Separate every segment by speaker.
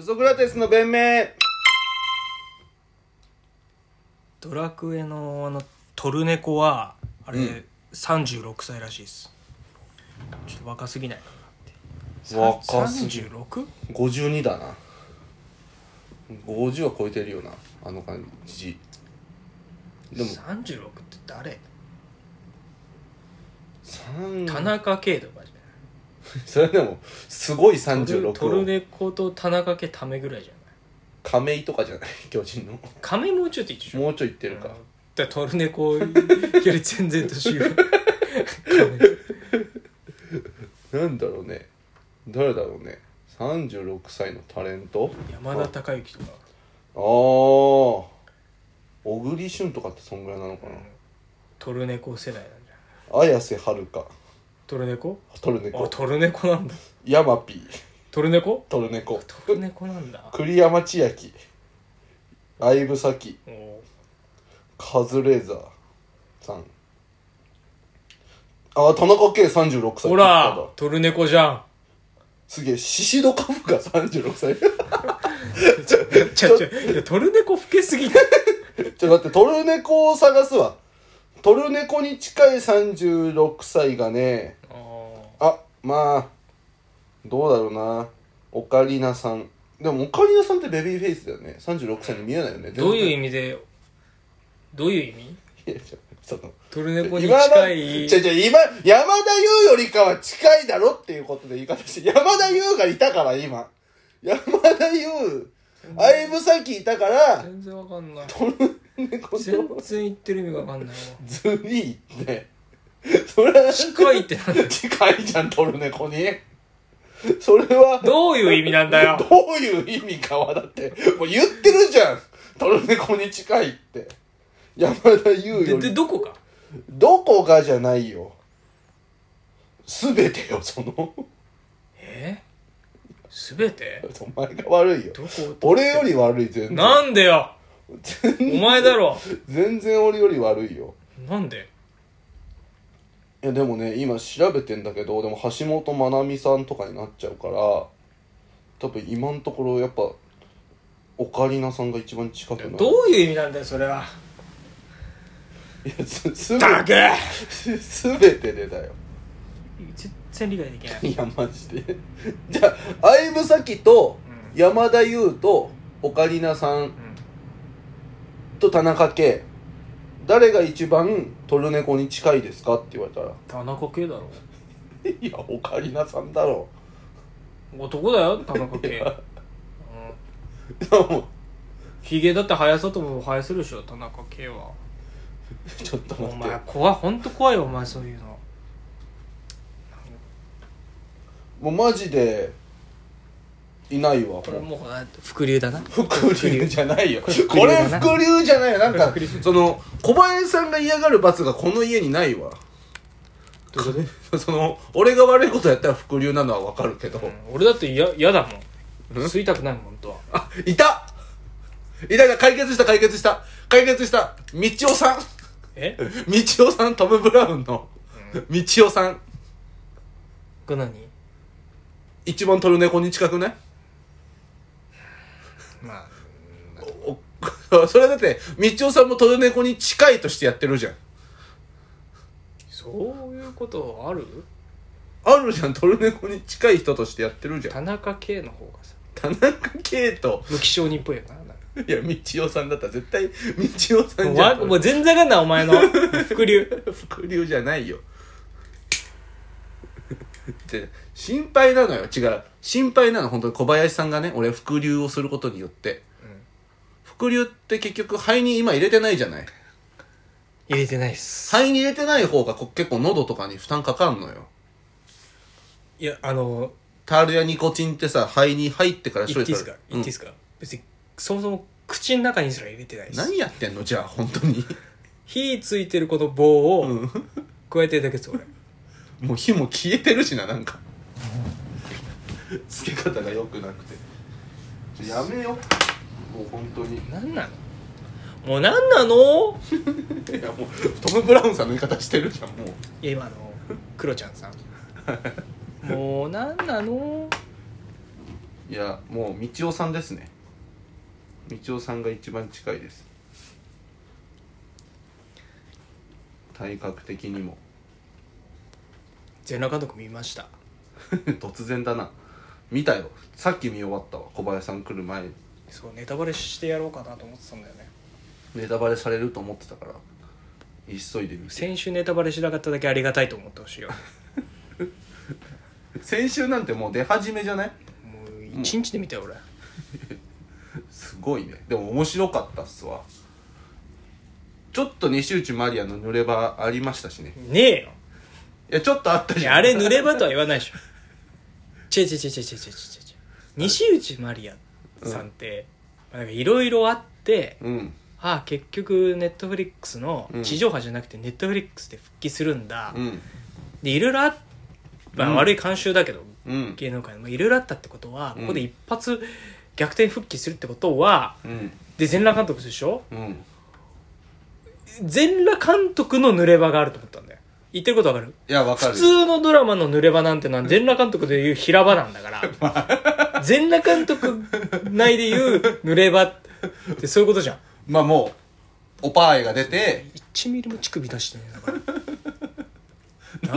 Speaker 1: ソクラテスの弁明
Speaker 2: ドラクエのあのトルネコはあれ、
Speaker 1: うん
Speaker 2: 36歳らしいですちょっと若すぎないかなって
Speaker 1: 若すぎ
Speaker 2: 36?
Speaker 1: 52だな50は超えてるよなあの感じでも
Speaker 2: 36って誰、
Speaker 1: 三
Speaker 2: 田中圭とかじゃ
Speaker 1: それでもすごい
Speaker 2: ないトルトル
Speaker 1: 36を
Speaker 2: ネコと田中圭ためぐらいじゃない
Speaker 1: 亀井とかじゃない 巨人の
Speaker 2: 亀もうちょっといいでしょ
Speaker 1: もうちょいいってる
Speaker 2: う
Speaker 1: か
Speaker 2: んだからトルネコより全然年 上亀
Speaker 1: なんだろうね誰だろうね36歳のタレント
Speaker 2: 山田孝之とか
Speaker 1: ああ小栗旬とかってそんぐらいなのか
Speaker 2: トルネコ世代なんじゃない
Speaker 1: な綾瀬はるか
Speaker 2: トルネコ
Speaker 1: トルネ
Speaker 2: あ
Speaker 1: コ
Speaker 2: トルネコなんだ
Speaker 1: ヤマピー
Speaker 2: トルネコ
Speaker 1: トルネコ
Speaker 2: トルネコなんだ
Speaker 1: 栗山千明相武咲
Speaker 2: おー
Speaker 1: カズレーザーさんあー田中圭36歳
Speaker 2: ほらトルネコじゃん
Speaker 1: すげえシシドカブが36歳
Speaker 2: ちょちょいやトルネコ老けすぎだ
Speaker 1: ちょっと待って、トルネコを探すわ。トルネコに近い36歳がね、
Speaker 2: あー
Speaker 1: あ、まあ、どうだろうな。オカリナさん。でも、オカリナさんってベビーフェイスだよね。36歳に見えないよね。
Speaker 2: どういう
Speaker 1: 意
Speaker 2: 意味でどういう意味
Speaker 1: 味いや、ちょその、
Speaker 2: トルネコ
Speaker 1: 今
Speaker 2: に
Speaker 1: の、
Speaker 2: 近
Speaker 1: 違う
Speaker 2: い
Speaker 1: 違う、今、山田優よりかは近いだろっていうことで言い方して、山田優がいたから、今。山田優、相武咲いたから、
Speaker 2: 全然わかんない
Speaker 1: トルネコと
Speaker 2: 全然言ってる意味がわかんないわ
Speaker 1: ズリーって、それは、
Speaker 2: 近いってなんだよ
Speaker 1: 近いじゃん、トルネコに。それは、ど
Speaker 2: どういう意味なんだよ
Speaker 1: ういう意味かは、だって、もう言ってるじゃん。トルネコに近いって。山田優
Speaker 2: で
Speaker 1: よ
Speaker 2: で
Speaker 1: り。
Speaker 2: どこか
Speaker 1: どこがじゃないよ。すべてよ、その。
Speaker 2: えすべて
Speaker 1: お前が悪いよ。
Speaker 2: どこ
Speaker 1: 俺より悪い、全然。
Speaker 2: なんでよ
Speaker 1: 全
Speaker 2: お前だろ
Speaker 1: 全然俺より悪いよ。
Speaker 2: なんで
Speaker 1: いや、でもね、今調べてんだけど、でも橋本まなみさんとかになっちゃうから、多分今のところやっぱ、オカリナさんが一番近くない
Speaker 2: どういう意味なんだよそれは
Speaker 1: やすすべ
Speaker 2: だけ
Speaker 1: す すべてでだよ
Speaker 2: 全然理解できない
Speaker 1: いやマジでじゃあ相武咲と
Speaker 2: うん
Speaker 1: 山田優とオカリナさん
Speaker 2: うん
Speaker 1: と田中圭誰が一番トルネコに近いですかって言われた ら
Speaker 2: 田中圭だろ
Speaker 1: いやオカリナさんだろ
Speaker 2: 男だよ田中
Speaker 1: い
Speaker 2: 圭
Speaker 1: や でも
Speaker 2: ひげだって生やそうとも生やせるでしょ田中圭は
Speaker 1: ちょっと
Speaker 2: お
Speaker 1: 待って
Speaker 2: 前怖い本当怖いよお前そういうの
Speaker 1: もうマジでいないわもう
Speaker 2: これもうな伏流だな
Speaker 1: 伏流じゃないよ
Speaker 2: これ伏流
Speaker 1: これ
Speaker 2: だな
Speaker 1: 伏流じゃないよなんか
Speaker 2: これ伏流
Speaker 1: その小林さんが嫌がる罰がこの家にないわ
Speaker 2: どういうこと
Speaker 1: その俺が悪いことやったら伏流なのはわかるけど、
Speaker 2: うん俺だって嫌嫌だもん吸いたくないもん本当は
Speaker 1: あいたいたいた解決した解決した解決したみちおさん
Speaker 2: え
Speaker 1: みちおさんトム・ブラウンのみちおさん
Speaker 2: これ何
Speaker 1: 一番トルネコに近くない
Speaker 2: まあ
Speaker 1: おお それだってみちおさんもトルネコに近いとしてやってるじゃん
Speaker 2: そういうことある
Speaker 1: あるじゃんトルネコに近い人としてやってるじゃん
Speaker 2: 田中圭の方がさ
Speaker 1: 田中圭と
Speaker 2: 無気性人っぽいよななんか
Speaker 1: いや、みちおさんだったら絶対、みちおさんじゃ
Speaker 2: わ
Speaker 1: ん。
Speaker 2: もう全然わかんないお前の 伏流
Speaker 1: 伏流じゃないよ。 って心配なのよ。違う。心配なの、本当に小林さんがね、俺、伏流をすることによって。伏流って結局、肺に今入れてないじゃない。
Speaker 2: 入れてないっす
Speaker 1: 肺に入れてない方がこ結構喉とかに負担かかんのよ。
Speaker 2: いやあの
Speaker 1: タールやニコチンってさ、肺に入ってから
Speaker 2: 言っていいっす
Speaker 1: さ
Speaker 2: か
Speaker 1: れ
Speaker 2: 言っていいっすか別にそもそも口の中にすら入れてないっ
Speaker 1: うん
Speaker 2: す
Speaker 1: 何やってんのじゃあ、本当に。
Speaker 2: 火ついてるこの
Speaker 1: う
Speaker 2: 棒を
Speaker 1: ん
Speaker 2: 加えてるだけです俺
Speaker 1: もう火も消えてるしななんか付け方が良くなくてちょやめよもう本当にい
Speaker 2: 何なのもう何なの
Speaker 1: やもうトム・ブラウンさんの言い方してるじゃんもう
Speaker 2: いや今あの クロちゃんさんもう何なの
Speaker 1: いやもう道夫さんですね道夫さんが一番近いです体格的にも
Speaker 2: 全裸監督見ました
Speaker 1: 突然だな見たよさっき見終わったわ小林さん来る前に
Speaker 2: そうネタバレしてやろうかなと思ってたんだよね
Speaker 1: ネタバレされると思ってたから急いで見て
Speaker 2: 先週ネタバレしなかっただけありがたいと思ってほしい よ
Speaker 1: 先週なんてもう出始めじゃない
Speaker 2: もう一日で見たよ俺
Speaker 1: すごいねでも面白かったっすわちょっと西内まりやの濡れ場ありましたしね
Speaker 2: ねえよ
Speaker 1: いやちょっとあった
Speaker 2: い
Speaker 1: じ
Speaker 2: や
Speaker 1: ゃん
Speaker 2: あれ濡れ場とは言わないでしょちぇちぇちぇちぇちぇちぇちぇちぇ西内まりやさんっていろいろあって
Speaker 1: うん
Speaker 2: ああ結局ネットフリックスの
Speaker 1: うん
Speaker 2: 地上波じゃなくてネットフリックスで復帰するんだ、
Speaker 1: うん
Speaker 2: でいろいろあっ、まあ、
Speaker 1: うん
Speaker 2: 悪い慣習だけど、
Speaker 1: うん
Speaker 2: 芸能界のいろいろあったってことは
Speaker 1: うん
Speaker 2: ここで一発逆転復帰するってことは
Speaker 1: うん
Speaker 2: で全裸監督でしょ
Speaker 1: うん
Speaker 2: 全裸監督の濡れ場があると思ったんだよ言ってることわかる
Speaker 1: いやわか
Speaker 2: 普
Speaker 1: る
Speaker 2: 通のドラマの濡れ場なんてのは全裸監督でいう平場なんだ から全裸監督内でいう濡れ場ってそういうことじゃん
Speaker 1: まあもうおパーイが出て
Speaker 2: 1ミリも乳首出してねえんだか ら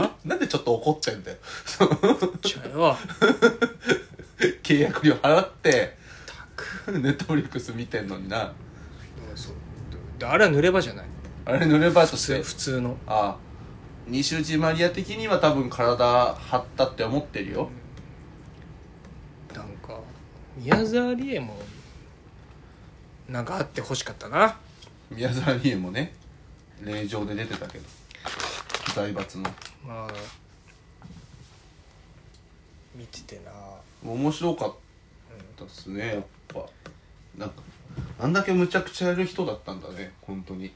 Speaker 2: なっ
Speaker 1: なんでちょっと怒ってんだよ
Speaker 2: ちゃ うよ
Speaker 1: 契約料払って
Speaker 2: たく
Speaker 1: ネットフリックス見てんのにな
Speaker 2: そうであれは濡れ場じゃない
Speaker 1: あれ濡れ場と
Speaker 2: 普
Speaker 1: し
Speaker 2: 通
Speaker 1: て
Speaker 2: 普通の
Speaker 1: ああ西内まりや的には多分体張ったって思ってるよ
Speaker 2: なんか宮沢りえもなんかあってほしかったな
Speaker 1: 宮沢りえもね令状で出てたけど財閥の
Speaker 2: まあ見ててな
Speaker 1: 面白かったっすねやっぱなんかあんだけむちゃくちゃやる人だったんだね本当に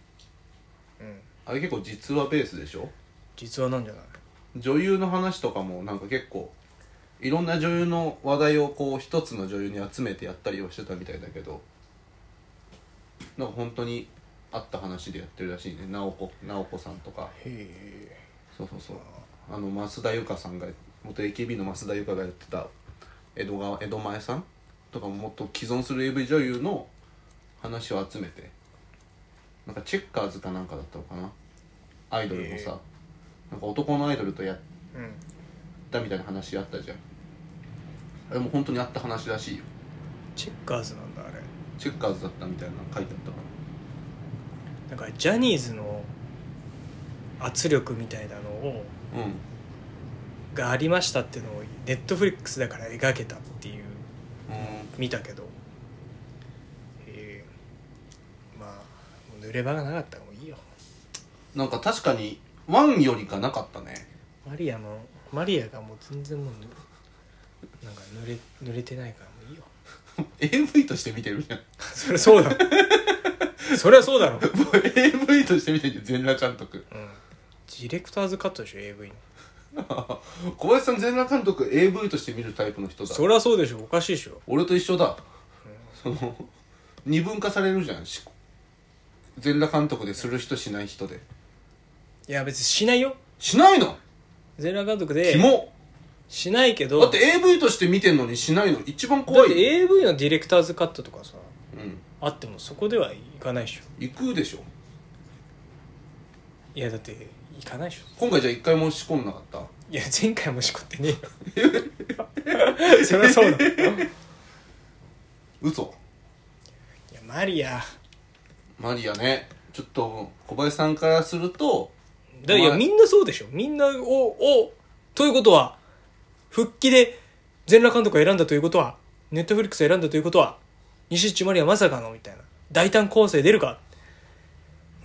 Speaker 2: うん
Speaker 1: あれ結構実話ベースでしょ
Speaker 2: 実話なんじゃない
Speaker 1: 女優の話とかもなんか結構いろんな女優の話題をこう一つの女優に集めてやったりはしてたみたいだけどなんか本当にあった話でやってるらしいね直子直子さんとか
Speaker 2: へえ
Speaker 1: そうそうそうあの増田由香さんが元 AKB の増田由香がやってた江戸川江戸前さんとかももっと既存する AV 女優の話を集めてなんかチェッカーズかなんかだったのかなアイドルも
Speaker 2: へえ
Speaker 1: さなんか男のアイドルとやっ
Speaker 2: うん
Speaker 1: ったみたいな話あったじゃんあれも本当にあった話らしいよ
Speaker 2: チェッカーズなんだあれ
Speaker 1: チェッカーズだったみたいなの書いてあったか
Speaker 2: なんかジャニーズの圧力みたいなのを
Speaker 1: らうん
Speaker 2: がありましたっていうのをネットフリックスだから描けたっていう
Speaker 1: う
Speaker 2: 見たけどええまあもう濡れ場がなかったらもういいよ
Speaker 1: んなんか確かにワンよりかなかったね
Speaker 2: マリアのマリアがもう全然もうぬなんか濡れ濡れてないからもういいよ
Speaker 1: AV として見てるじゃん
Speaker 2: そりゃそうだろ そりゃそうだろ、
Speaker 1: もう AV として見てるじゃん全裸監督
Speaker 2: うん、ディレクターズカットでしょ AV の
Speaker 1: 小林さん全裸監督 AV として見るタイプの人だ
Speaker 2: そりゃそうでしょおかしいでしょ
Speaker 1: 俺と一緒だ、その二分化されるじゃんし全裸監督でする人しない人で
Speaker 2: いや別にしないよ
Speaker 1: しないの
Speaker 2: 全裸監督で
Speaker 1: キモ
Speaker 2: しないけど
Speaker 1: だって AV として見てんのにしないの一番
Speaker 2: だっ
Speaker 1: 怖い
Speaker 2: て
Speaker 1: よ
Speaker 2: AV のディレクターズカットとかさ
Speaker 1: うん
Speaker 2: あってもそこではいかないでしょ
Speaker 1: 行くでしょ
Speaker 2: いやだっていかないでしょ
Speaker 1: 今回じゃあ一回も仕込んなかった
Speaker 2: いや前回もしこってね えよそりゃそうだい
Speaker 1: 嘘
Speaker 2: やマリア
Speaker 1: マリアねちょっと小林さんからすると
Speaker 2: だいや
Speaker 1: まあ
Speaker 2: みんなそうでしょみんなををということは復帰で全裸監督を選んだということはネットフリックスを選んだということは西内マリアまさかのみたいな大胆構成出るか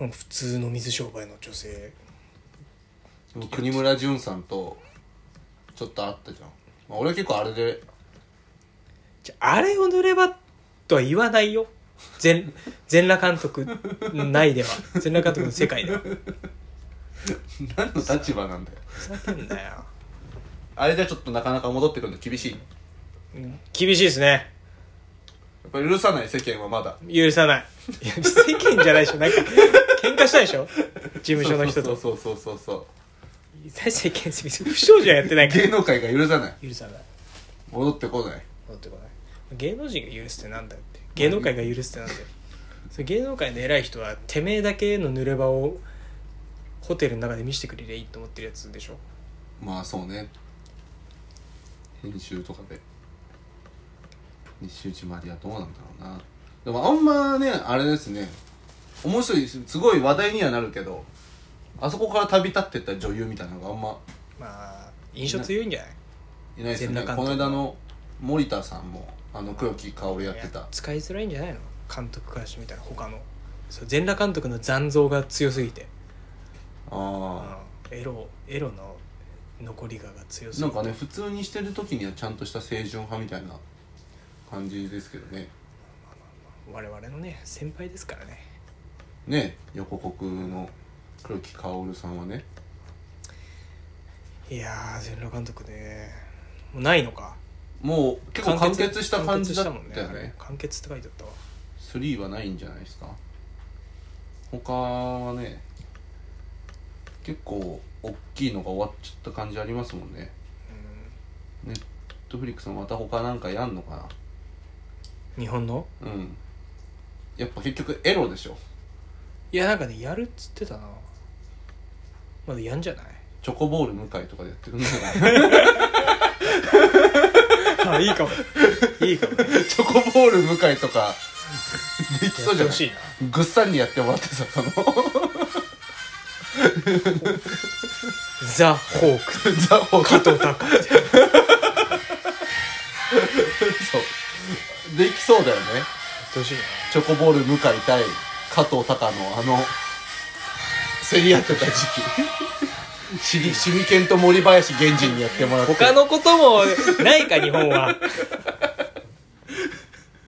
Speaker 2: うん普通の水商売の女性
Speaker 1: 国村淳さんとちょっと会ったじゃん、まあ、俺結構あれで
Speaker 2: じゃああれを塗ればとは言わないよ全全裸監督 内では全裸監督の世界では
Speaker 1: 何の立場なんだよ
Speaker 2: ふざけんなよ
Speaker 1: あれじゃちょっとなかなか戻ってくるの厳しいや
Speaker 2: 厳しいですね
Speaker 1: っぱり許さない世間はまだ
Speaker 2: 許さないいや世間じゃないでしょなんか喧嘩したでしょ事務所の人と
Speaker 1: そうそうそうそうそう
Speaker 2: 世間別に不祥事はやってないか
Speaker 1: 芸能界が許さない
Speaker 2: ら許さない
Speaker 1: 戻ってこない
Speaker 2: 戻ってこない芸能人が許すってなんだよって芸能界が許すってなんだよそれ芸能界の偉い人はてめえだけの濡れ場をホテルの中で見せてくれりゃいいと思ってるやつでしょ
Speaker 1: まあそうね編集とかで西内まりはどうなんだろうなでもあんまねあれですね面白いしすごい話題にはなるけどあそこから旅立ってった女優みたいなのがあんま
Speaker 2: まあ印象強いんじゃない
Speaker 1: いないですよね
Speaker 2: 全裸監
Speaker 1: こ
Speaker 2: 督
Speaker 1: の間の森田さんもあの黒木薫やって
Speaker 2: い
Speaker 1: た
Speaker 2: 使いづらいんじゃないの監督からしてみたら他のそう全裸監督の残像が強すぎて、うん
Speaker 1: ああ、
Speaker 2: エロエロの残りがが強すぎ
Speaker 1: な
Speaker 2: て
Speaker 1: んかね普通にしてる時にはちゃんとした清純派みたいな感じですけどね
Speaker 2: 我々のね先輩ですからね
Speaker 1: ね横国の黒木薫さんはね
Speaker 2: いやー全裸監督ねもうないのか
Speaker 1: もう結構完結した感じだったよね
Speaker 2: 完結したもんね完結って書いてあったわ
Speaker 1: 3はないんじゃないですか他はね結構大きいのが終わっちゃった感じありますもんねネットフリックスもまた他なんかやんのか
Speaker 2: うん日本の
Speaker 1: なうんやっぱ結局エロでしょ
Speaker 2: いやなんかねやるっつってたなまだやんじゃない
Speaker 1: チョコボール向井とかでやってるんだか
Speaker 2: あいいかもいいかも、ね、
Speaker 1: らチョコボール向井とかでき そうじゃな
Speaker 2: やってほしい
Speaker 1: い
Speaker 2: な
Speaker 1: ぐっさんにやってもらってさその
Speaker 2: ザ・ホーク
Speaker 1: ザ・ホーク
Speaker 2: 加藤拓
Speaker 1: そうできそうだよね
Speaker 2: やってほしいな
Speaker 1: チョコボール向井対加藤隆のあの競り合ってた時期手裏手裏剣と森林源人にやってもらって
Speaker 2: 他のこともないか日本は